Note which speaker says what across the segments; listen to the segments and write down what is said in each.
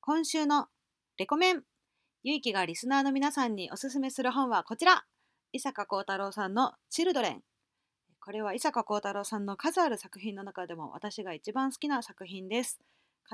Speaker 1: 今週のレコメンゆいきがリスナーの皆さんにおすすめする本はこちら伊坂幸太郎さんの「チルドレン」これは伊坂幸太郎さんの数ある作品の中でも私が一番好きな作品です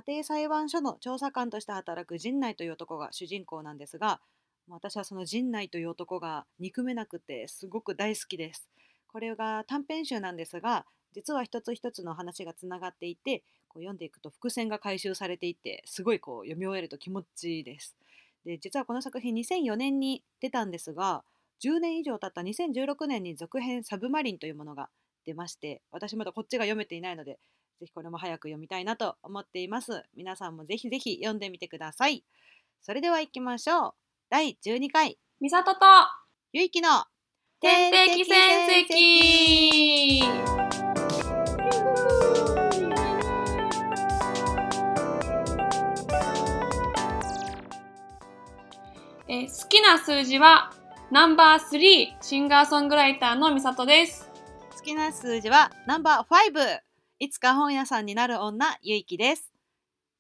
Speaker 1: 家庭裁判所の調査官として働く陣内という男が主人公なんですが私はその陣内という男が憎めなくてすごく大好きですこれが短編集なんですが実は一つ一つの話がつながっていてこう読んでいくと伏線が回収されていてすごいこう読み終えると気持ちいいです。で実はこの作品2004年に出たんですが10年以上経った2016年に続編「サブマリン」というものが出まして私まだこっちが読めていないのでぜひこれも早く読みたいなと思っています皆さんもぜひぜひ読んでみてくださいそれでは行きましょう第12回
Speaker 2: みさとと
Speaker 1: ゆいきの
Speaker 2: 天敵戦績えー好きな数字はナンバー3シンガーソングライターのみさとです
Speaker 1: 好きな数字はナンバー5いつか本屋さんになる女ゆいきです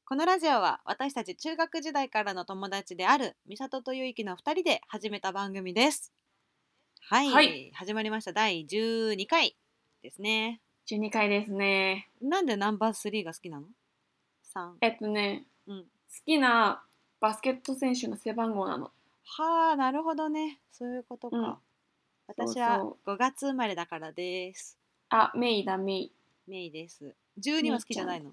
Speaker 1: このラジオは私たち中学時代からの友達である美里とゆいきの2人で始めた番組ですはい、
Speaker 2: はい
Speaker 1: 始まりました第12回ですね
Speaker 2: 12回ですね
Speaker 1: なんでナンバー3が好きなの ?3
Speaker 2: えっとね
Speaker 1: うん
Speaker 2: 好きなバスケット選手の背番号なの
Speaker 1: はあなるほどねそういうことか、
Speaker 2: うん
Speaker 1: 私は
Speaker 2: そう
Speaker 1: 5月生まれだからです
Speaker 2: あメイだメイ
Speaker 1: メイです12は好きじゃないの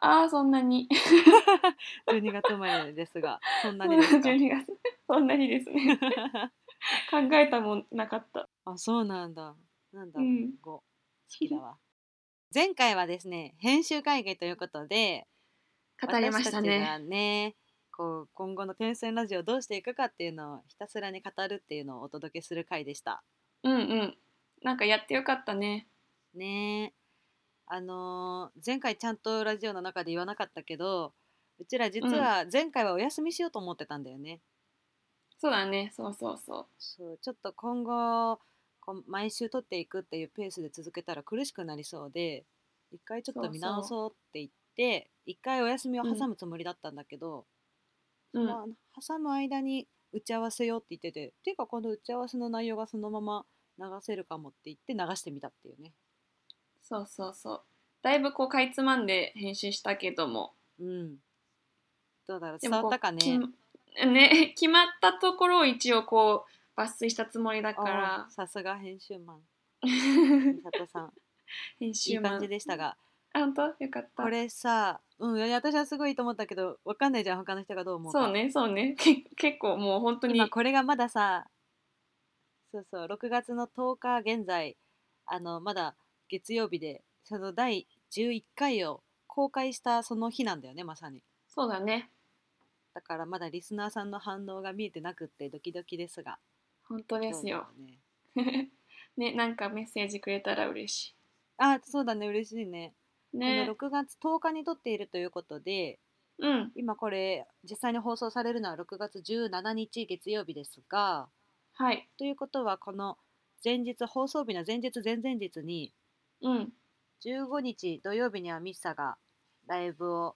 Speaker 2: あーそんなに
Speaker 1: 12月生まれですがそんなに ですか
Speaker 2: 12月そんなにですね考えたもんなかった
Speaker 1: あそうなんだなんだ
Speaker 2: う
Speaker 1: ろう、
Speaker 2: ん
Speaker 1: 5好きだわ前回はですね編集会議ということで
Speaker 2: 語りました
Speaker 1: 私たち
Speaker 2: ね
Speaker 1: がねこう今後の天線ラジオをどうしていくかっていうのをひたすらに語るっていうのをお届けする回でした
Speaker 2: うんうんなんかやってよかったね
Speaker 1: ねえあのー前回ちゃんとラジオの中で言わなかったけどうちら実は前回はお休みしようと思ってたんだよね、
Speaker 2: そうだねそうそうそ
Speaker 1: そうちょっと今後こう毎週取っていくっていうペースで続けたら苦しくなりそうで一回ちょっ
Speaker 2: そう
Speaker 1: と
Speaker 2: そう
Speaker 1: 見直そうって言って一回お休みを挟むつもりだったんだけど、
Speaker 2: ううん
Speaker 1: まあ、挟む間に打ち合わせよって言っててっていうかこの打ち合わせの内容がそのまま流せるかもって言って流してみたっていうね。
Speaker 2: そうそうそうだいぶこうかいつまんで編集したけども
Speaker 1: うんどうだろう
Speaker 2: で
Speaker 1: 伝わ
Speaker 2: もこ
Speaker 1: っ
Speaker 2: う
Speaker 1: たかね
Speaker 2: きね 決まったところを一応こう抜粋したつもりだか
Speaker 1: お
Speaker 2: ら
Speaker 1: ーさすが編集マン
Speaker 2: 編
Speaker 1: 佐藤さんい
Speaker 2: 集
Speaker 1: い
Speaker 2: マン
Speaker 1: 感じでしたが
Speaker 2: あ本当よかった
Speaker 1: これさうんいや私はすごいと思ったけどわかんないじゃん他の人がどう思うか
Speaker 2: そうねそうね け結構もう本当に
Speaker 1: 今これがまださそうそう6月の10日現在あのまだ月曜日でその第11回を公開したその日なんだよねまさに
Speaker 2: そうだね
Speaker 1: だからまだリスナーさんの反応が見えてなくってドキドキですが
Speaker 2: 本当です
Speaker 1: どう
Speaker 2: よ
Speaker 1: だろ。うね
Speaker 2: ね、なんかメッセージくれたら嬉し
Speaker 1: あそうだね嬉しいね
Speaker 2: い。
Speaker 1: ね
Speaker 2: ね
Speaker 1: こ、の6月10日に撮っているということで
Speaker 2: うん、
Speaker 1: 今これ実際に放送されるのは6月17日月曜日ですが
Speaker 2: はい、
Speaker 1: ということはこの前日放送日の前日前々日に
Speaker 2: うん、
Speaker 1: 15日土曜日にはミッサがライブを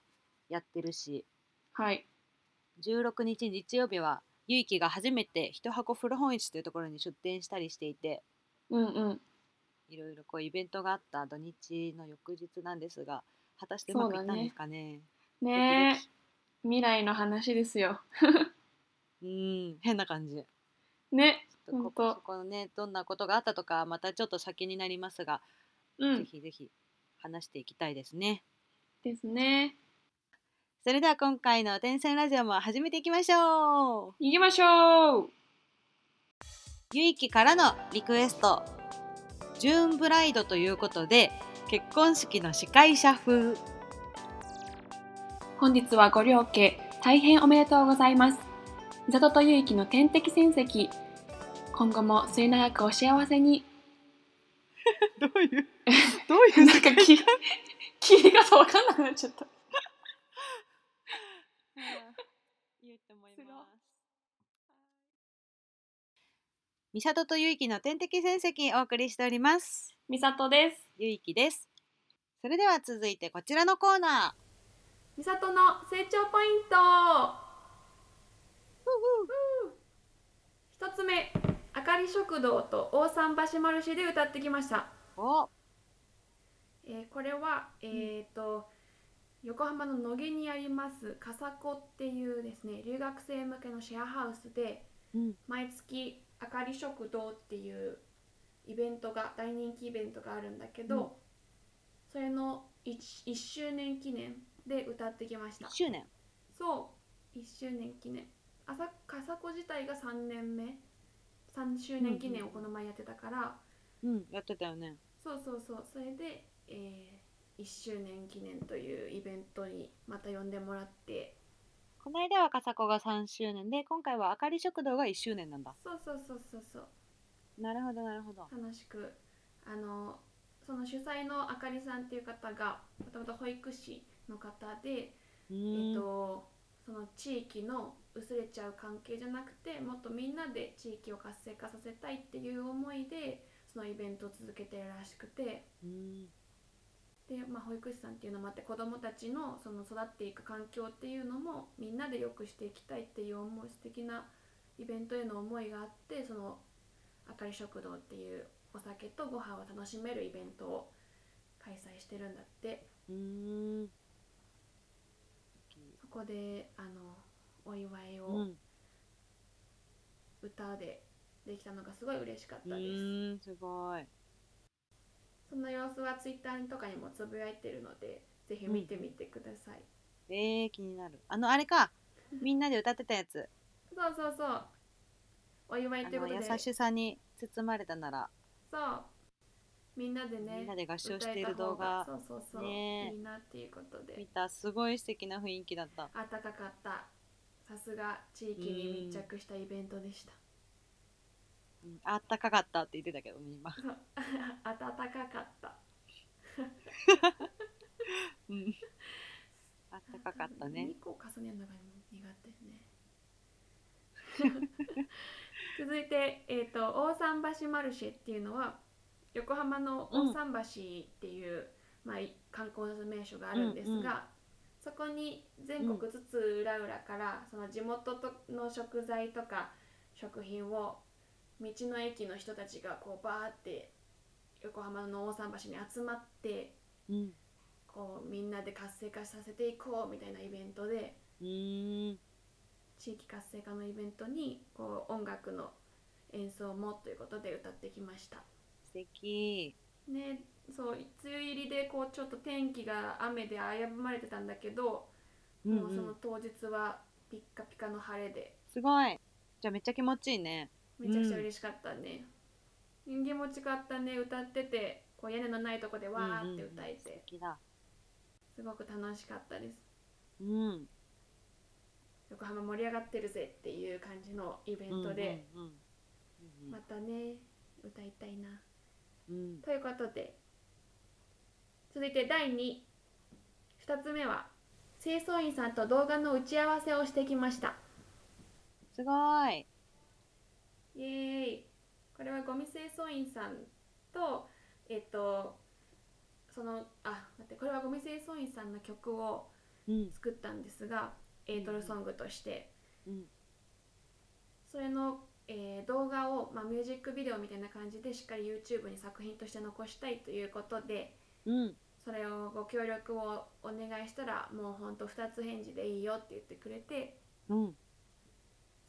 Speaker 1: やってるし
Speaker 2: はい、
Speaker 1: 16日日曜日はゆいきが初めて一箱古本市というところに出店したりしていて
Speaker 2: うん、うん、
Speaker 1: いろいろこうイベントがあった土日の翌日なんですが果たしてうまくいったんですかね
Speaker 2: ね、未来の話ですよ。
Speaker 1: うーん変な感じ
Speaker 2: ね、
Speaker 1: ちょっとこ
Speaker 2: ほんと
Speaker 1: そこのねどんなことがあったとかまたちょっと先になりますが、
Speaker 2: う
Speaker 1: ぜ
Speaker 2: ん、
Speaker 1: ひぜひ話していきたいですね
Speaker 2: ですね。
Speaker 1: それでは今回の「天線ラジオ」も始めていきましょう
Speaker 2: 行きましょう。
Speaker 1: ゆいきからのリクエストジューンブライドということで結婚式の司会者風
Speaker 2: 本日はご両家大変おめでとうございます美里と結城の天敵戦績今後も末永くお幸せに
Speaker 1: どういうどういう
Speaker 2: なん かき切り方わかんなくなっちゃった
Speaker 1: 言って思います美里とゆいきの天敵戦績お送りしております
Speaker 2: 美里です
Speaker 1: ゆいきです。それでは続いてこちらのコーナー。
Speaker 2: 美里の成長ポイント一つ目あかり食堂と大桟橋マルシェで歌ってきました、
Speaker 1: お
Speaker 2: えーこれはえー、と横浜の野毛にありますかさこっていうですね留学生向けのシェアハウスで
Speaker 1: うん
Speaker 2: 毎月あかり食堂っていうイベントが大人気イベントがあるんだけど、
Speaker 1: うん
Speaker 2: それの 1, 1周年記念で歌ってきました
Speaker 1: 1周年
Speaker 2: そう1周年記念朝笠子自体が3年目3周年記念をこの前やってたから、
Speaker 1: うんやってたよね
Speaker 2: そうそうそうそれで、え1周年記念というイベントにまた呼んでもらって
Speaker 1: この間はかさこが3周年で今回はあかり食堂が1周年なんだ
Speaker 2: そうそうそうそうそう
Speaker 1: なるほどなるほど
Speaker 2: 楽しくあのその主催のあかりさんっていう方がもともと保育士の方で、
Speaker 1: う
Speaker 2: えっ
Speaker 1: ーん
Speaker 2: とその地域の薄れちゃう関係じゃなくてもっとみんなで地域を活性化させたいっていう思いでそのイベントを続けてるらしくて
Speaker 1: うん
Speaker 2: で、まあ、保育士さんっていうのもあって子どもたちのその育っていく環境っていうのもみんなで良くしていきたいっていう思い素敵なイベントへの思いがあってそのあかり食堂っていうお酒とご飯を楽しめるイベントを開催してるんだって。
Speaker 1: うーん
Speaker 2: そこであのお祝いうを
Speaker 1: ん
Speaker 2: 歌でできたのがすごい嬉しかっ
Speaker 1: う
Speaker 2: たです、
Speaker 1: ーんすごい
Speaker 2: その様子はツイッターとかにもつぶやいてるのでぜひ見てみてください、
Speaker 1: えー、気になるあのあれかみんなで歌ってたや つ
Speaker 2: そうそうそうお祝い
Speaker 1: あ
Speaker 2: というこ
Speaker 1: の
Speaker 2: とで
Speaker 1: 優しさに包まれたなら、
Speaker 2: そうみんなでね
Speaker 1: みんなで合唱してい
Speaker 2: 歌え
Speaker 1: る
Speaker 2: た方
Speaker 1: 動画
Speaker 2: がそうそうそう、
Speaker 1: ねえ
Speaker 2: いいなっていうこと
Speaker 1: 見
Speaker 2: で
Speaker 1: たすごい素敵な雰囲気だった
Speaker 2: 暖かかったさすが地域に密着したイベントでした
Speaker 1: うんあったかかったって言ってたけどね 今、
Speaker 2: そう暖かかった
Speaker 1: うん、あったかかったね
Speaker 2: 2個重ねるのが苦手ね。続いて、えー、と大桟橋マルシェっていうのは横浜の大桟橋っていう、まあ、い観光名所があるんですが、
Speaker 1: うんうん
Speaker 2: そこに全国津々浦々から、その地元との食材とか食品を道の駅の人たちがこうバーって横浜の大桟橋に集まって
Speaker 1: うん
Speaker 2: こうみんなで活性化させていこうみたいなイベントで
Speaker 1: うーん
Speaker 2: 地域活性化のイベントにこう音楽の演奏もということで歌ってきました
Speaker 1: 素敵
Speaker 2: ねそう梅雨入りでこうちょっと天気が雨で危ぶまれてたんだけど、
Speaker 1: うん、
Speaker 2: もう
Speaker 1: う
Speaker 2: その
Speaker 1: ん、
Speaker 2: 当日はピッカピカの晴れです
Speaker 1: ごいじゃあめっちゃ気持ちいいね
Speaker 2: めちゃくちゃ嬉しかったね、人間も違ったね歌っててこう屋根のないとこでわーって歌え
Speaker 1: うんうんうん素
Speaker 2: て、
Speaker 1: 敵だ
Speaker 2: すごく楽しかったです
Speaker 1: うん
Speaker 2: 横浜盛り上がってるぜっていう感じのイベントで、
Speaker 1: うんうんうん
Speaker 2: またね歌いたいな
Speaker 1: うんうん
Speaker 2: ということで続いて第22つ目は清掃員さんと動画の打ち合わせをしてきました
Speaker 1: すごい
Speaker 2: イエーイこれはゴミ清掃員さんとえっとそのあ待ってこれはゴミ清掃員さんの曲を
Speaker 1: うん
Speaker 2: 作ったんですがエイトルソングとして
Speaker 1: うん
Speaker 2: それの、えー動画を、まあ、ミュージックビデオみたいな感じでしっかり YouTube に作品として残したいということで
Speaker 1: うん
Speaker 2: それをご協力をお願いしたらもうほんと2つ返事でいいよって言ってくれて
Speaker 1: うん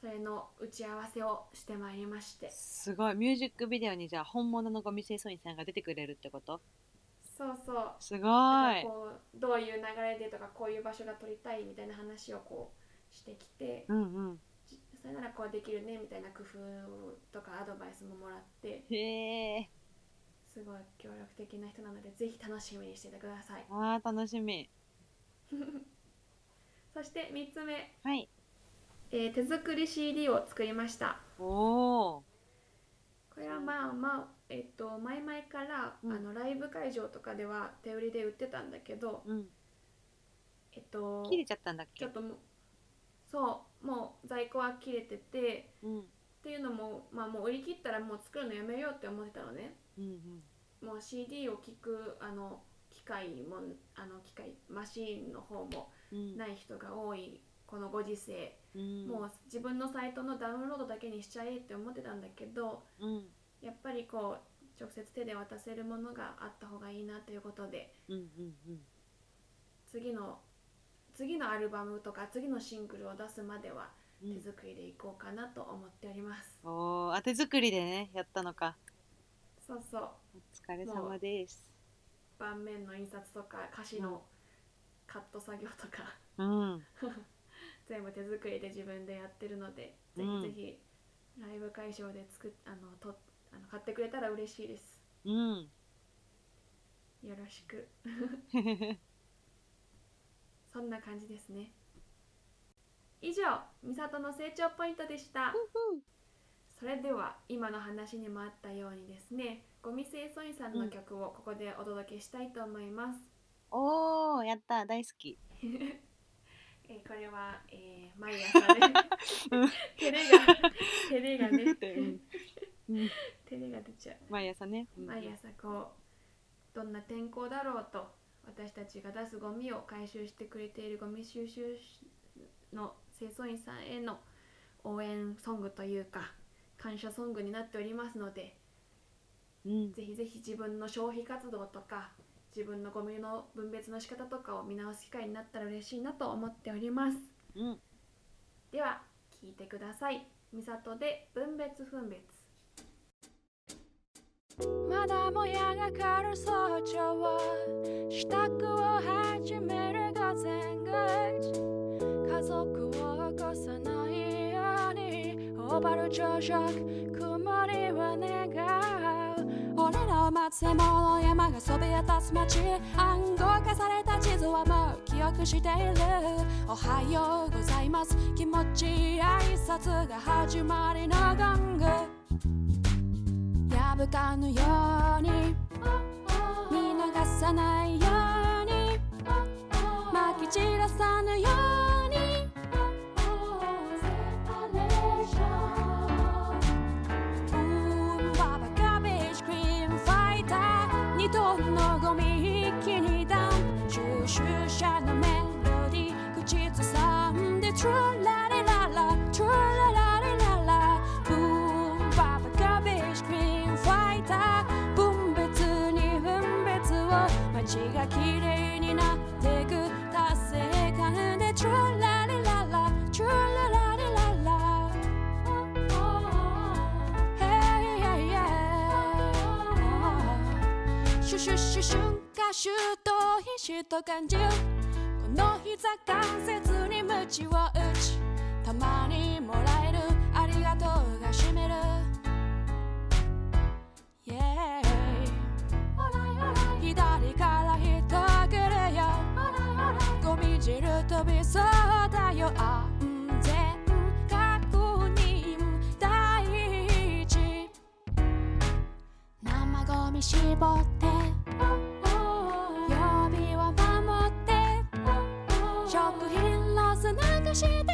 Speaker 2: それの打ち合わせをしてまいりまして
Speaker 1: すごいミュージックビデオにじゃあ本物のゴミ清掃員さんが出てくれるってこと
Speaker 2: そうそう
Speaker 1: すごい
Speaker 2: なんかこうどういう流れでとかこういう場所が撮りたいみたいな話をこうしてきて
Speaker 1: うんうん
Speaker 2: じそれならこうできるねみたいな工夫とかアドバイスももらって
Speaker 1: へえ
Speaker 2: すごい協力的な人なのでぜひ楽しみにしててください
Speaker 1: あー楽しみ
Speaker 2: そして3つ目、
Speaker 1: はい
Speaker 2: えー手作り CD を作りました
Speaker 1: おお
Speaker 2: これはまあまあえっと前々から、
Speaker 1: うん
Speaker 2: あのライブ会場とかでは手売りで売ってたんだけど、
Speaker 1: うん
Speaker 2: えっと
Speaker 1: 切れちゃったんだっ
Speaker 2: ち
Speaker 1: け
Speaker 2: ょっともうそうもう在庫は切れてて
Speaker 1: うん
Speaker 2: っていうのもまあもう売り切ったらもう作るのやめようって思ってたのね
Speaker 1: うんうん
Speaker 2: もう CD を聴くあの聴械もあの機械マシーンの方も
Speaker 1: うん
Speaker 2: ない人が多いこのご時世、
Speaker 1: うん
Speaker 2: もう自分のサイトのダウンロードだけにしちゃえって思ってたんだけど
Speaker 1: うん
Speaker 2: やっぱりこう直接手で渡せるものがあった方がいいなということで
Speaker 1: うんうんうん
Speaker 2: 次の次のアルバムとか次のシングルを出すまでは
Speaker 1: う
Speaker 2: 手
Speaker 1: ん
Speaker 2: 作りでいこうかなと思っております、
Speaker 1: おーあ手作りでねやったのか
Speaker 2: そうそう
Speaker 1: お疲れ様です
Speaker 2: 盤面の印刷とか歌詞のカット作業とか
Speaker 1: うん
Speaker 2: 全部手作りで自分でやってるので、
Speaker 1: うん
Speaker 2: ぜひぜひライブ会場で作っあのとあの買ってくれたら嬉しいです
Speaker 1: うん
Speaker 2: よろしくそんな感じですね以上美里の成長ポイントでしたそれでは今の話にもあったようにですねゴミ清掃員さんの曲をここでお届けしたいと思います、
Speaker 1: おーやった大好き
Speaker 2: えーこれは、え ー毎朝ね
Speaker 1: うん
Speaker 2: 照れが照れがね
Speaker 1: うん うん
Speaker 2: 照れが出ちゃ
Speaker 1: 毎朝ね
Speaker 2: う毎朝こうどんな天候だろうと私たちが出すゴミを回収してくれているゴミ収集の清掃員さんへの応援ソングというか感謝ソングになっておりますので
Speaker 1: うん
Speaker 2: ぜひぜひ自分の消費活動とか自分のゴミの分別の仕方とかを見直す機会になったら嬉しいなと思っております
Speaker 1: うん
Speaker 2: では聞いてくださいみさとで分別分別
Speaker 3: まだもやがかる早朝支度を始める午前5時家族を起こさないようにオーバル朝食曇りは願う俺らを待つ獲物の山がそびえ立つ街暗号化された地図はもう記憶しているおはようございます気持ちいい挨拶が始まりのゴングやぶかのように見逃さないようにまき散らさぬようにうんババガベージクリーンファイター二トンのゴミ一気にダン収集者のメロディー口ずさんでトゥラレララトゥララレララブーンババガベージクリーンファイター分別に分別を街が綺麗になってく達成感でトゥラレララトゥララレララ Hey, yeah, yeah. シュシュシュシュンカシュとひしと感じるこの膝関節に鞭を打ちたまにもらえるありがとうがしめる Yeah 左から人来るよゴミ汁飛びそうだよ安全確認第一生ゴミ絞って曜日を守って食品ロスなくして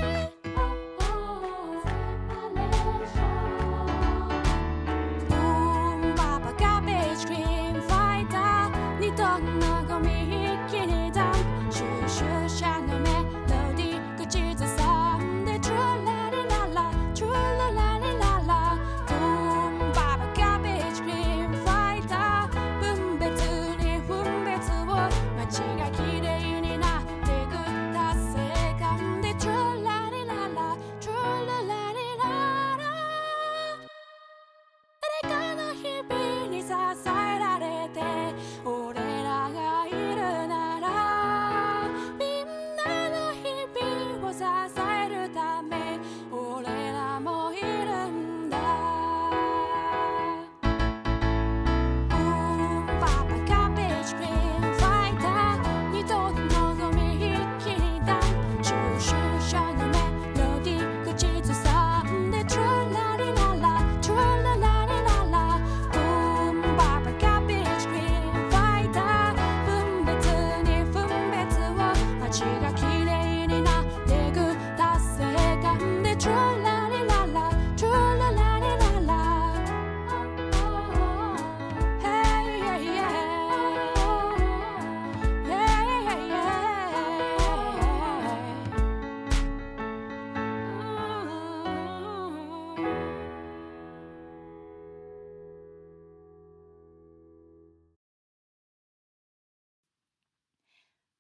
Speaker 3: うんパパガベージクリーンファイター二トンのゴミ一気にダン収集者のメロディー口ずさんでトゥラリララトゥララリララうんパパガベージクリーンファイター分別に分別を街が綺麗になってく達成感でトゥラリララトゥララリララ誰かの日々に支えられて俺らがいるならみんなの日々を支えるため俺らもいるんだうんパパがベージクリーンファイター二度のゴミ一気にダン収集者のメロディー口ずさんでトゥラリララトゥララリララうんパパがベージクリーンファイター分別に分別を街が綺麗になってく達成感でトゥラリララトゥララリララ Hey, yeah, yeah.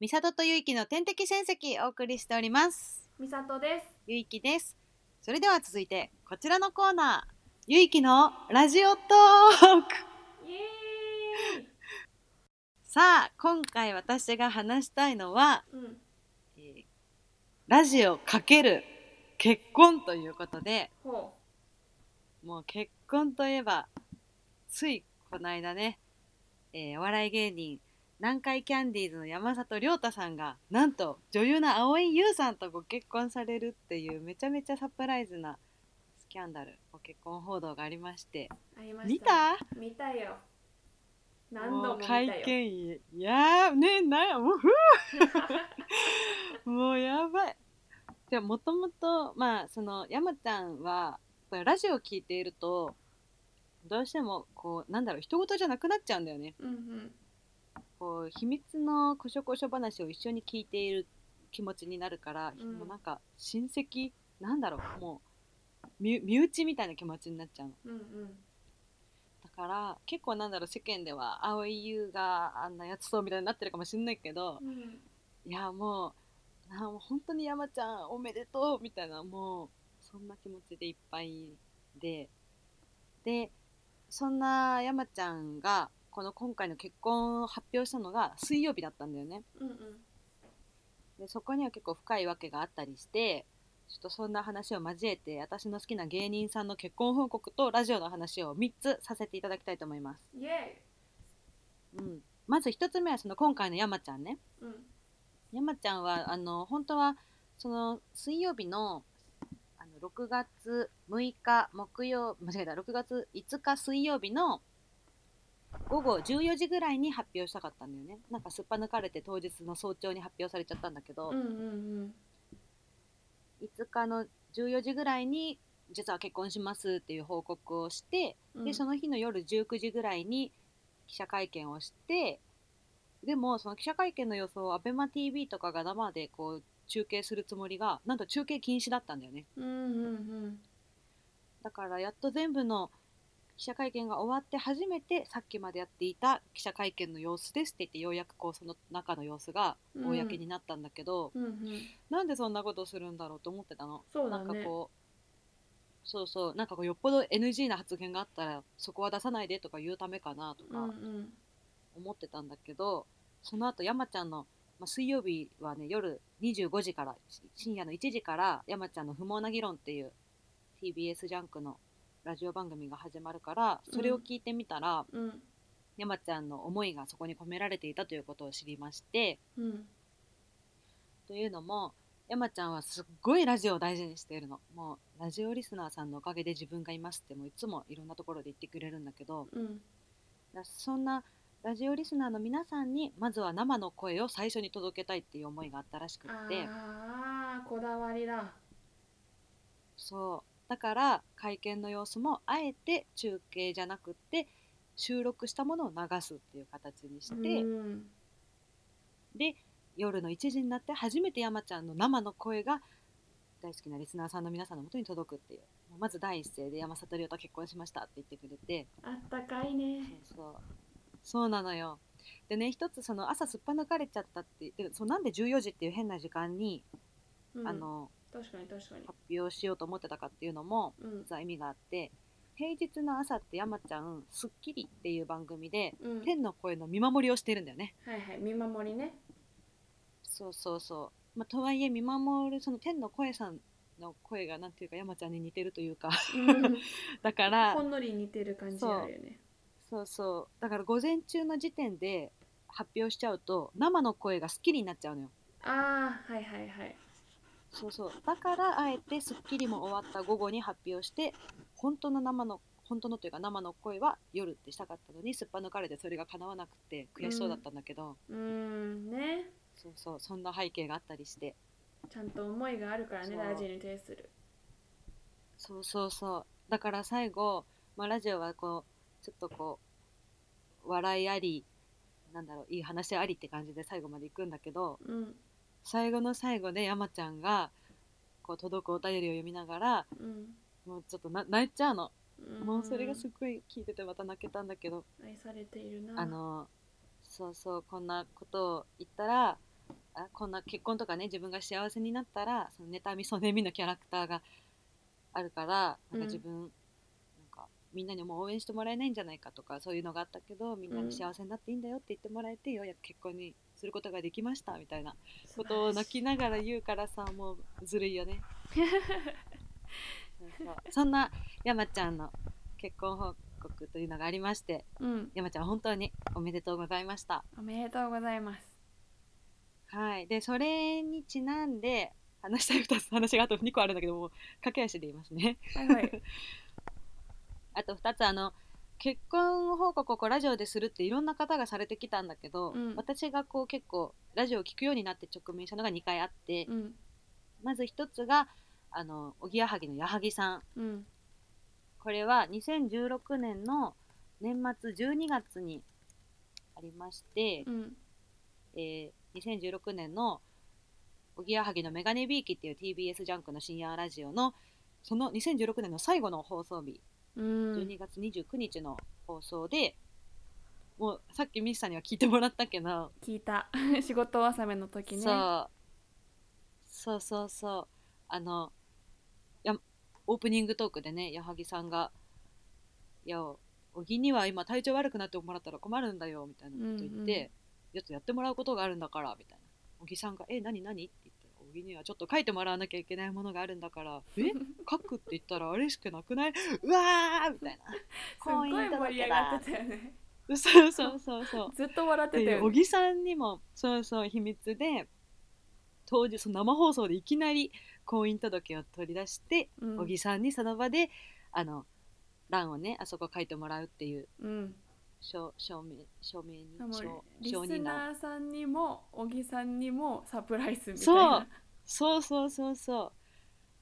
Speaker 1: 美里とゆいきの天敵戦績お送りしております
Speaker 2: みさとです
Speaker 1: ゆいきですそれでは続いてこちらのコーナーゆいきのラジオトーク
Speaker 2: イエーイ
Speaker 1: さあ今回私が話したいのは
Speaker 2: うん
Speaker 1: えーラジオかける結婚ということで
Speaker 2: ほ
Speaker 1: もう結婚といえばついこの間ね、えーお笑い芸人南海キャンディーズの山里亮太さんがなんと女優の蒼井優さんとご結婚されるっていうめちゃめちゃサプライズなスキャンダルご結婚報道がありまして
Speaker 2: うありま
Speaker 1: 見
Speaker 2: した
Speaker 1: た
Speaker 2: 見たよ何度も
Speaker 1: う
Speaker 2: 見たよ
Speaker 1: 会見いやーねなもうもうやばい。でもともとまあその山ちゃんはやっぱりラジオ聞いているとどうしてもこうなんだろう人事じゃなくなっちゃうんだよね。
Speaker 2: うんうん
Speaker 1: こう秘密のこしょこしょ話を一緒に聞いている気持ちになるから、
Speaker 2: うん
Speaker 1: もうなんか親戚なんだろうもう身身内みたいな気持ちになっちゃうの。
Speaker 2: うんうん
Speaker 1: だから結構なんだろう世間では蒼井優があんなやつそうみたいになってるかもしんないけど、
Speaker 2: うん
Speaker 1: いやもうあもう本当に山ちゃんおめでとうみたいなもうそんな気持ちでいっぱいででそんな山ちゃんがこの今回の結婚を発表したのが水曜日だったんだよね
Speaker 2: うんうん
Speaker 1: でそこには結構深いわけがあったりしてちょっとそんな話を交えて私の好きな芸人さんの結婚報告とラジオの話を3つさせていただきたいと思います、
Speaker 2: イエ
Speaker 1: うん、まず1つ目はその今回の山ちゃんね
Speaker 2: ーイうん
Speaker 1: 山ちゃんはあの本当はその水曜日のあの6月6日木曜間違えた6月5日水曜日の午後14時ぐらいに発表したかったんだよねなんかすっぱ抜かれて当日の早朝に発表されちゃったんだけど、
Speaker 2: うんうん
Speaker 1: 5日の14時ぐらいに実は結婚しますっていう報告をして、
Speaker 2: うん
Speaker 1: でその日の夜19時ぐらいに記者会見をしてでもその記者会見の様子を ABEMATV とかが生でこう中継するつもりがなんと中継禁止だったんだよね
Speaker 2: うんうん
Speaker 1: だからやっと全部の記者会見が終わって初めてさっきまでやっていた記者会見の様子ですって言ってようやくこうその中の様子が
Speaker 2: うん
Speaker 1: 公になったんだけど、
Speaker 2: うんうん
Speaker 1: なんでそんなことするんだろうと思ってたの。
Speaker 2: そう
Speaker 1: な
Speaker 2: だ
Speaker 1: んか
Speaker 2: ね
Speaker 1: こうそうそうなんかこうよっぽど NG な発言があったらそこは出さないでとか言うためかなと
Speaker 2: うんう
Speaker 1: か
Speaker 2: ん
Speaker 1: 思ってたんだけど、その後山ちゃんの、まあ、水曜日はね夜25時からし深夜の1時から山ちゃんの「不毛な議論」っていう TBS ジャンクのラジオ番組が始まるからそれを聞いてみたら、
Speaker 2: うん
Speaker 1: 山ちゃんの思いがそこに込められていたということを知りまして
Speaker 2: うん
Speaker 1: というのも山ちゃんはすっごいラジオを大事にしているのもうラジオリスナーさんのおかげで自分がいますってもういつもいろんなところで言ってくれるんだけど
Speaker 2: うん
Speaker 1: だそんなラジオリスナーの皆さんにまずは生の声を最初に届けたいっていう思いがあったらしくって
Speaker 2: ああこだわりだ
Speaker 1: そうだから会見の様子もあえて中継じゃなくって収録したものを流すっていう形にして、
Speaker 2: うん
Speaker 1: で夜の1時になって初めて山ちゃんの生の声が大好きなリスナーさんの皆さんのもとに届くっていうもうまず第一声で山里亮太結婚しましたって言ってくれて
Speaker 2: あったかいね
Speaker 1: そうそうそうなのよでね一つその朝すっぱ抜かれちゃったってでそうなんで14時っていう変な時間に、
Speaker 2: うん
Speaker 1: あの
Speaker 2: 確かに確かに
Speaker 1: 発表しようと思ってたかっていうのも
Speaker 2: うん
Speaker 1: 実は意味があって平日の朝って山ちゃん『スッキリ』っていう番組で
Speaker 2: うん
Speaker 1: 天の声の見守りをしてるんだよね
Speaker 2: はいはい見守りね
Speaker 1: そうそうそう、まあ、とはいえ見守るその天の声さんの声がなんていうか山ちゃんに似てるというか
Speaker 2: うん
Speaker 1: だか
Speaker 2: ほ
Speaker 1: ら
Speaker 2: んのり似てる感じあるよね
Speaker 1: そうそうだから午前中の時点で発表しちゃうと生の声がスッキリになっちゃうのよ
Speaker 2: ああはいはいはい
Speaker 1: そうそうだからあえて『スッキリ』も終わった午後に発表して本当の生の本当のというか生の声は夜ってしたかったのにすっぱ抜かれてそれが叶わなくて悔しそうだったんだけど、
Speaker 2: うーんね
Speaker 1: そうそうそんな背景があったりして
Speaker 2: ちゃんと思いがあるからね
Speaker 1: そう
Speaker 2: ラジオに対する
Speaker 1: そうそうそうだから最後、まあ、ラジオはこうちょっとこう笑いありなんだろういい話ありって感じで最後まで行くんだけど
Speaker 2: うん
Speaker 1: 最後の最後で山ちゃんがこう届くお便りを読みながら
Speaker 2: うん
Speaker 1: もうちょっとな泣いちゃうの
Speaker 2: うん
Speaker 1: もうそれがすっごい聞いててまた泣けたんだけど
Speaker 2: 愛されているな
Speaker 1: あのそうそうこんなことを言ったらあこんな結婚とかね自分が幸せになったらその妬み嫉みのキャラクターがあるから
Speaker 2: う
Speaker 1: なん
Speaker 2: ん
Speaker 1: か自分、なんかみんなにも応援してもらえないんじゃないかとかそういうのがあったけどみんな
Speaker 2: う
Speaker 1: に
Speaker 2: ん
Speaker 1: 幸せになっていいんだよって言ってもらえて、ようやく結婚にすることができましたみたいなこ
Speaker 2: 素晴らしい
Speaker 1: とを泣きながら言うからさもうずるいよ ねそうそうそんな山ちゃんの結婚報告というのがありまして
Speaker 2: うん
Speaker 1: 山ちゃん本当におめでとうございました
Speaker 2: おめでとうございます
Speaker 1: はい、でそれにちなんで話したい2つ話があと2個あるんだけどもう駆け足で言いますね
Speaker 2: はい はい
Speaker 1: あと2つあの結婚報告をこうラジオでするっていろんな方がされてきたんだけど、
Speaker 2: うん
Speaker 1: 私がこう結構ラジオを聞くようになって直面したのが2回あって、
Speaker 2: うん
Speaker 1: まず1つがあのおぎやはぎの矢作さん
Speaker 2: うん
Speaker 1: これは2016年の年末12月にありまして、
Speaker 2: うん
Speaker 1: えー2016年の「おぎやはぎのメガネビーキ」っていう TBS ジャンクの深夜ラジオのその2016年の最後の放送日
Speaker 2: うん
Speaker 1: 12月29日の放送で、もうさっきミスさんには聞いてもらったけど、
Speaker 2: 聞いた 仕事納めの時ね
Speaker 1: そうそうそうそうあのやオープニングトークでね矢作さんが「いやおぎには今体調悪くなってもらったら困るんだよ」みたいなこと言って。
Speaker 2: うんうん
Speaker 1: ちょっとやってもらうことがあるんだからみたいな小木さんが「え何何?」って言ったら小木にはちょっと書いてもらわなきゃいけないものがあるんだから「え書くって言ったらあれしかなくない?」うわーみたいな「
Speaker 2: すっごい
Speaker 1: い
Speaker 2: 盛り上がってたよね
Speaker 1: そうそうそうそう
Speaker 2: ずっと笑ってた
Speaker 1: で
Speaker 2: よ
Speaker 1: 小
Speaker 2: ね
Speaker 1: 木さんにもそうそう秘密で当日その生放送でいきなり婚姻届を取り出して
Speaker 2: うん
Speaker 1: 小木さんにその場であの欄をねあそこ書いてもらうっていう
Speaker 2: うん
Speaker 1: 証証明証明に
Speaker 2: でも
Speaker 1: 証
Speaker 2: リ
Speaker 1: 証
Speaker 2: ス
Speaker 1: 人欄を
Speaker 2: ナーさんにも小木さんにもサプライズみたい
Speaker 1: そう
Speaker 2: な
Speaker 1: そうそうそうそう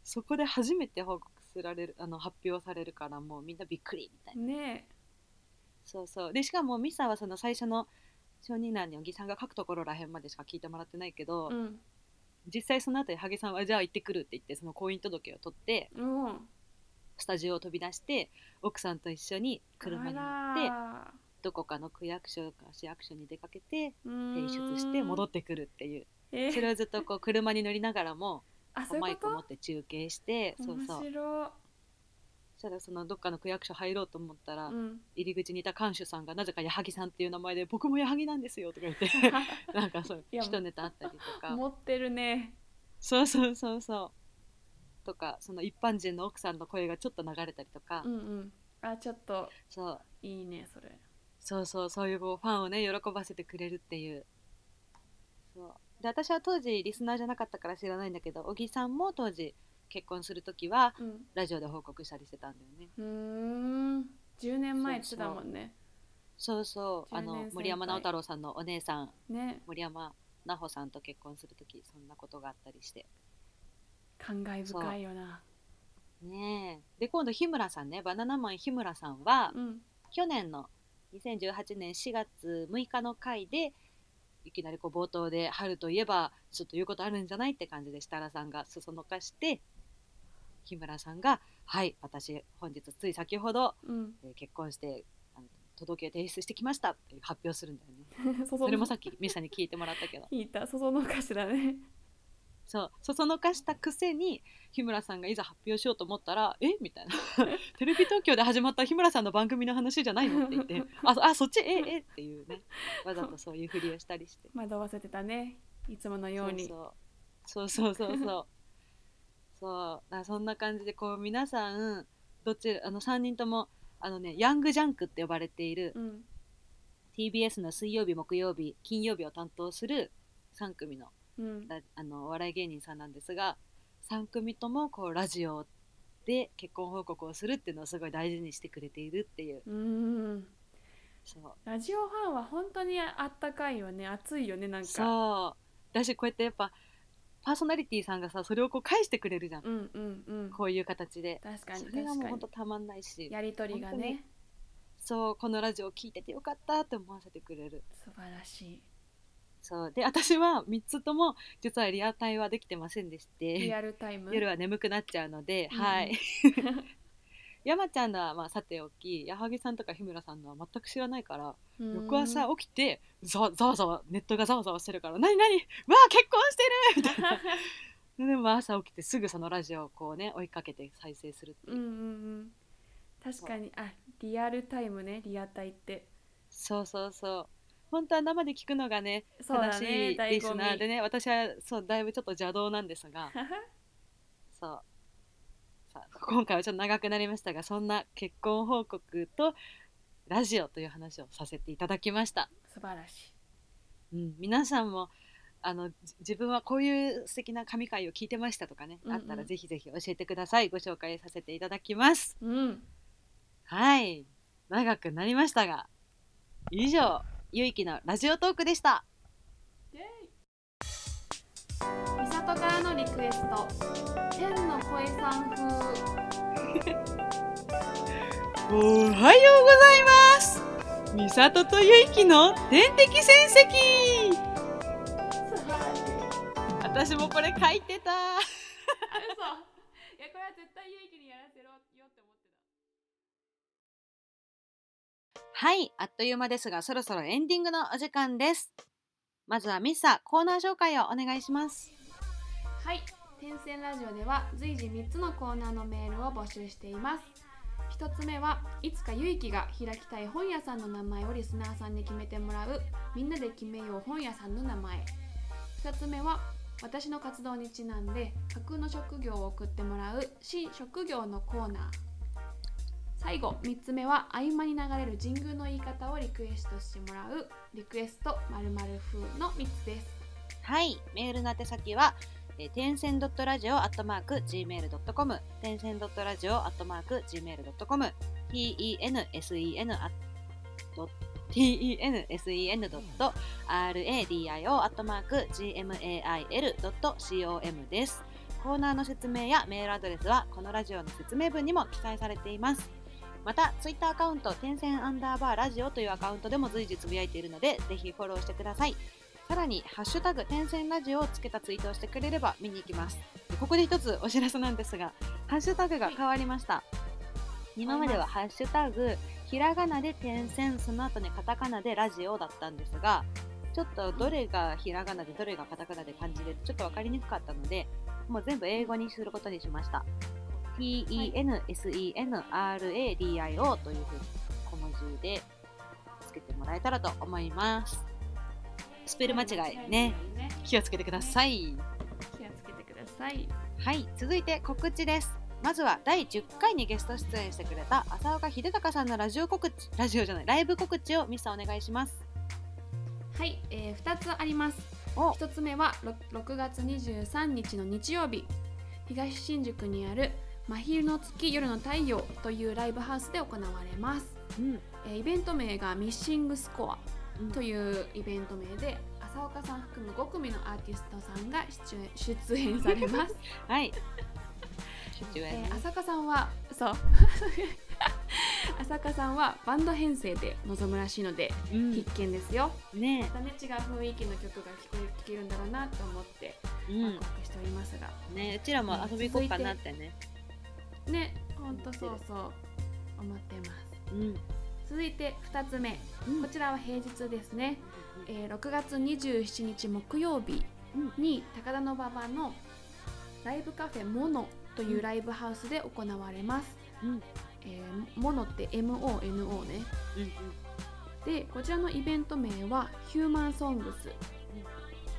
Speaker 1: そこで初めて報告すられるあの発表されるからもうみんなびっくりみたいな
Speaker 2: ね
Speaker 1: そうそうでしかもミサはその最初の小人欄に小木さんが書くところらへんまでしか聞いてもらってないけど、
Speaker 2: えうん
Speaker 1: 実際その後萩さんはじゃあ行ってくるって言ってその婚姻届を取って
Speaker 2: うん
Speaker 1: スタジオを飛び出して奥さんと一緒に車に乗って
Speaker 2: あら
Speaker 1: どこかの区役所か市役所に出かけて
Speaker 2: うーん
Speaker 1: 提出して戻ってくるっていう
Speaker 2: え
Speaker 1: それをずっとこう車に乗りながらも
Speaker 2: あ
Speaker 1: こ
Speaker 2: そうう
Speaker 1: マ
Speaker 2: いう
Speaker 1: イク持
Speaker 2: こ
Speaker 1: って中継して
Speaker 2: と
Speaker 1: そう
Speaker 2: 面
Speaker 1: そう
Speaker 2: 白
Speaker 1: そしたらそのどっかの区役所入ろうと思ったら、
Speaker 2: うん
Speaker 1: 入り口にいた看守さんがなぜか矢作さんっていう名前で「僕も矢作なんですよ」とか言って なんかそう
Speaker 2: いや
Speaker 1: 一ネタあったりとか
Speaker 2: 持ってるね
Speaker 1: そうそうそうそうとかその一般人の奥さんの声がちょっと流れたりとか、
Speaker 2: うんうんあちょっと
Speaker 1: そう
Speaker 2: いいねそれ
Speaker 1: そうそうそういうこうファンをね喜ばせてくれるっていうそうで私は当時リスナーじゃなかったから知らないんだけど小木さんも当時結婚する時は
Speaker 2: うん
Speaker 1: ラジオで報告したりしてたんだよね
Speaker 2: うーん10年前って言ってたもんね
Speaker 1: そうそうあ
Speaker 2: 10年
Speaker 1: の
Speaker 2: 先輩
Speaker 1: 森山直太朗さんのお姉さん
Speaker 2: ね
Speaker 1: 森山奈穂さんと結婚する時そんなことがあったりして
Speaker 2: 感慨深いよな
Speaker 1: ねえで今度日村さんねバナナマン日村さんは
Speaker 2: うん
Speaker 1: 去年の2018年4月6日の回でいきなりこう冒頭で春といえばちょっと言うことあるんじゃないって感じで設楽さんがそそのかして日村さんが「はい私本日つい先ほど、
Speaker 2: うん
Speaker 1: えー結婚してあの届けを提出してきました」って発表するんだよね。
Speaker 2: そそ
Speaker 1: それも
Speaker 2: の
Speaker 1: さっきミサに聞いてもらったけど
Speaker 2: 聞いたそそのかしらね
Speaker 1: そうそそのかしたくせに日村さんがいざ発表しようと思ったら「えみたい な「テレビ東京で始まった日村さんの番組の話じゃないの?」って言 って「あそあそっちええっていうねわざとそういうふりをしたりして
Speaker 2: 惑わせてたねいつものように
Speaker 1: そうそうそうそうそうそうそうあそんな感じでこう皆さんどっちらあの3人ともあのねヤングジャンクって呼ばれている
Speaker 2: うん
Speaker 1: TBS の水曜日木曜日金曜日を担当する3組の
Speaker 2: うん
Speaker 1: ラあのお笑い芸人さんなんですが3組ともこうラジオで結婚報告をするっていうのをすごい大事にしてくれているっていう
Speaker 2: うーん
Speaker 1: そう
Speaker 2: ラジオファンは本当にあったかいよね熱いよねなんか
Speaker 1: そうだしこうやってやっぱパーソナリティさんがさそれをこう返してくれるじゃん、
Speaker 2: うんうんうん
Speaker 1: こういう形で
Speaker 2: 確かに
Speaker 1: それが
Speaker 2: 確
Speaker 1: もう
Speaker 2: か
Speaker 1: ほん
Speaker 2: に
Speaker 1: とたまんないし
Speaker 2: やりとりがね
Speaker 1: そうこのラジオ聞いててよかったって思わせてくれる
Speaker 2: 素晴らし
Speaker 1: そうで私は3つとも実はリアタイはできてませんでし
Speaker 2: いリ
Speaker 1: て
Speaker 2: アルタイム
Speaker 1: 夜は眠くなっちゃうので、は
Speaker 2: うん
Speaker 1: い山ちゃんのはまあさておき矢作さんとか日村さんのは全く知らないから
Speaker 2: うん
Speaker 1: 翌朝起きてざわざわざわネットがざわざわしてるから「何何わあ結婚してる!」みたいなでも朝起きてすぐそのラジオをこうね追いかけて再生するっていう
Speaker 2: うんうんうん確かにあリアルタイムねリアタイって
Speaker 1: そうそうそう本当は生で聞くのがね
Speaker 2: そう
Speaker 1: 正
Speaker 2: だ
Speaker 1: し
Speaker 2: ね
Speaker 1: い
Speaker 2: 醍
Speaker 1: リ
Speaker 2: 醐
Speaker 1: スナーで
Speaker 2: 味
Speaker 1: ね私はそうだいぶちょっと邪道なんですがそうさあ今回はちょっと長くなりましたがそんな結婚報告とラジオという話をさせていただきました。
Speaker 2: 素晴らし
Speaker 1: うん、皆さんもあのじ自分はこういう素敵な神回を聞いてましたとかね、
Speaker 2: うんうん
Speaker 1: あったらぜひぜひ教えてくださいご紹介させていただきます
Speaker 2: いうん
Speaker 1: はい長くなりましたが以上ゆいきのラジオトークでした
Speaker 2: イエイ美里からのリクエスト天の声さ ん風
Speaker 1: おはようございますみさととゆいきの天敵戦績
Speaker 2: 素晴らしい
Speaker 1: 私もこれ書いてた
Speaker 2: あ嘘いやこれは絶対勇気にやらせろよって思ってた
Speaker 1: はいあっという間ですがそろそろエンディングのお時間ですまずはミッサコーナー紹介をお願いします
Speaker 2: はい、天線ラジオでは随時3つのコーナーのメールを募集しています。1つ目はいつかゆいきが開きたい本屋さんの名前をリスナーさんに決めてもらうみんなで決めよう本屋さんの名前2つ目は私の活動にちなんで架空の職業を送ってもらう新職業のコーナー最後3つ目は合間に流れる神宮の言い方をリクエストしてもらうリクエスト〇〇風の3つです
Speaker 1: はい、メールの宛先は、えー、点線ドットラジオアットマーク gmail ドットコム、点線ドットラジオアットマーク gmail ドットコム、t e n s e n あド t e n s e n ドット r a d i o アットマーク g m a i l ドット c o m です。コーナーの説明やメールアドレスはこのラジオの説明文にも記載されています。また、ツイッターアカウント、点線アンダーバーラジオというアカウントでも随時つぶやいているので、ぜひフォローしてください。さらに、ハッシュタグ、天線ラジオをつけたツイートをしてくれれば見に行きます。ここで一つお知らせなんですが、ハッシュタグが変わりました。今まではハッシュタグ、ひらがなで点線、その後にカタカナでラジオだったんですが、ちょっとどれがひらがなでどれがカタカナで漢字でちょっとわかりにくかったので、もう全部英語にすることにしました。tensenradio というふうに小文字でつけてもらえたらと思います。スペル間違いね。気をつけてください。
Speaker 2: 気をつけてください。
Speaker 1: はい、続いて告知です。まずは第10回にゲスト出演してくれた浅岡秀隆さんのラジオ告知、ラジオじゃない、ライブ告知をミスさんお願いします。
Speaker 2: はい、えー、2つあります。
Speaker 1: お
Speaker 2: 1つ目はろ6月23日の日曜日、東新宿にある真昼の月夜の太陽というライブハウスで行われます。
Speaker 1: うん、
Speaker 2: えーイベント名がミッシングスコアというイベント名で、浅岡さん含む5組のアーティストさんが出演出演され ます。
Speaker 1: はい。出演
Speaker 2: えー、浅香さんはそう 浅香さんはバンド編成で臨むらしいので必見ですよ。
Speaker 1: うん、ね
Speaker 2: またね違う雰囲気の曲が聞こえ聞けるんだろうなと思って
Speaker 1: え、
Speaker 2: ワ
Speaker 1: う
Speaker 2: クワクしておりますが、
Speaker 1: ん、ねうちらも遊び行こうかなってね。
Speaker 2: ねほんとそうそう思ってま
Speaker 1: う
Speaker 2: す
Speaker 1: ん、
Speaker 2: 続いて2つ目、
Speaker 1: うん
Speaker 2: こちらは平日ですね、えー6月27日木曜日
Speaker 1: うん
Speaker 2: に高田馬場のライブカフェモノというライブハウスで行われます、
Speaker 1: うん、
Speaker 2: えー、モノって MONO ね
Speaker 1: うん、
Speaker 2: でこちらのイベント名は「ヒューマンソングス」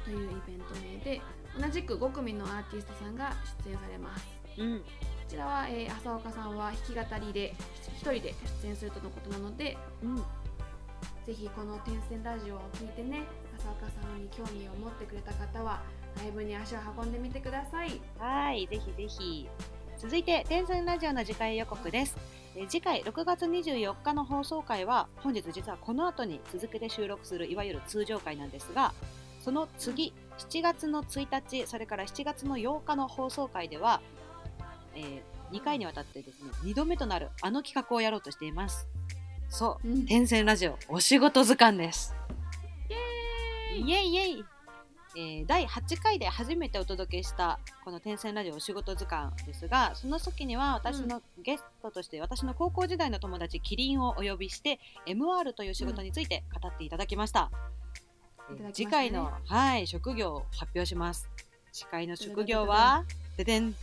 Speaker 2: というイベント名で同じく5組のアーティストさんが出演されます
Speaker 1: うん、うん、
Speaker 2: こちらは、えー浅岡さんは弾き語りで1人で出演するとのことなので
Speaker 1: うん、
Speaker 2: ぜひこの「天線ラジオ」を聞いてね浅岡さんに興味を持ってくれた方はライブに足を運んでみてください
Speaker 1: はい、ぜひぜひ。続いて、天線ラジオの次回予告です。えー次回6月24日の放送回は、本日実はこの後に続けて収録するいわゆる通常回なんですが、その次、7月の1日、それから7月の8日の放送回では、え2回にわたってですね、2度目となるあの企画をやろうとしています。そうう、
Speaker 2: ん
Speaker 1: 天線ラジオお仕事図鑑です。
Speaker 2: イエーイ
Speaker 1: イエイイエイえー第8回で初めてお届けしたこの「天線ラジオお仕事図鑑」ですがその時には私のゲストとして、私の高校時代の友達キリンをお呼びして MR という仕事について語っていただきました,えー、
Speaker 2: いただきましたね
Speaker 1: 次回の、はい、職業を発表します次回の職業はででん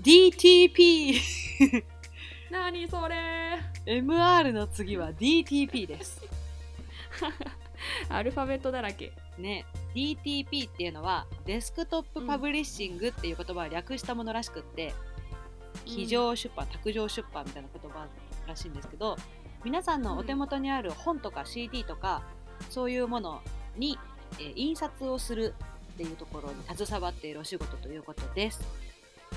Speaker 1: DTP
Speaker 2: 何それ
Speaker 1: MR の次は DTP です
Speaker 2: アルファベットだらけ
Speaker 1: ね DTP っていうのはデスクトップパブリッシングっていう言葉を略したものらしくって、机上出版卓上出版みたいな言葉らしいんですけど皆さんのお手元にある本とか CD とかそういうものに、えー印刷をするっていうところに携わっているお仕事ということです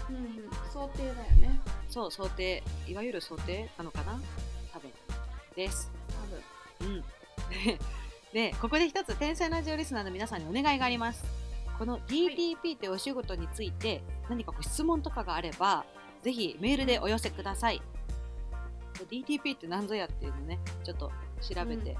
Speaker 2: うんうん、想定だよね
Speaker 1: そう想定いわゆる想定なのかな多分です
Speaker 2: 多分
Speaker 1: うん。で、 ここで一つ、天才ラジオリスナーの皆さんにお願いがあります。この DTP というお仕事について、何かご質問とかがあれば、ぜひメールでお寄せください。DTP って何ぞやっていうのね、ちょっと調べて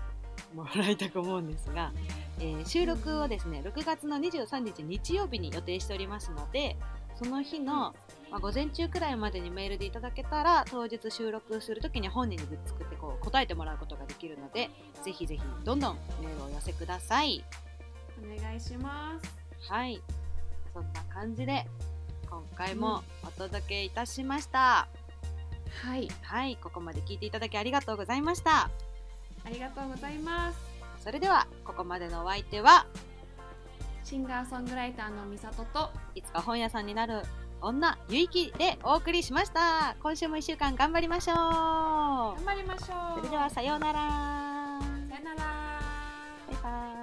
Speaker 1: もらいたく思うんですが、えー収録をですね、6月の23日日曜日に予定しておりますので、その日の、まあ、午前中くらいまでにメールでいただけたら当日収録するときに本人にぶつくってこう答えてもらうことができるのでぜひぜひどんどんメールをお寄せください
Speaker 2: お願いします
Speaker 1: はいそんな感じで今回もお届けいたしました、
Speaker 2: はい
Speaker 1: はいここまで聞いていただきありがとうございました
Speaker 2: ありがとうございます
Speaker 1: それではここまでのお相手は
Speaker 2: シンガーソングライターのみさとと
Speaker 1: いつか本屋さんになる女ゆいきでお送りしました今週も1週間頑張りましょ
Speaker 2: 頑張りましょ
Speaker 1: う
Speaker 2: う
Speaker 1: それではさようなら
Speaker 2: さよなら
Speaker 1: バイバイ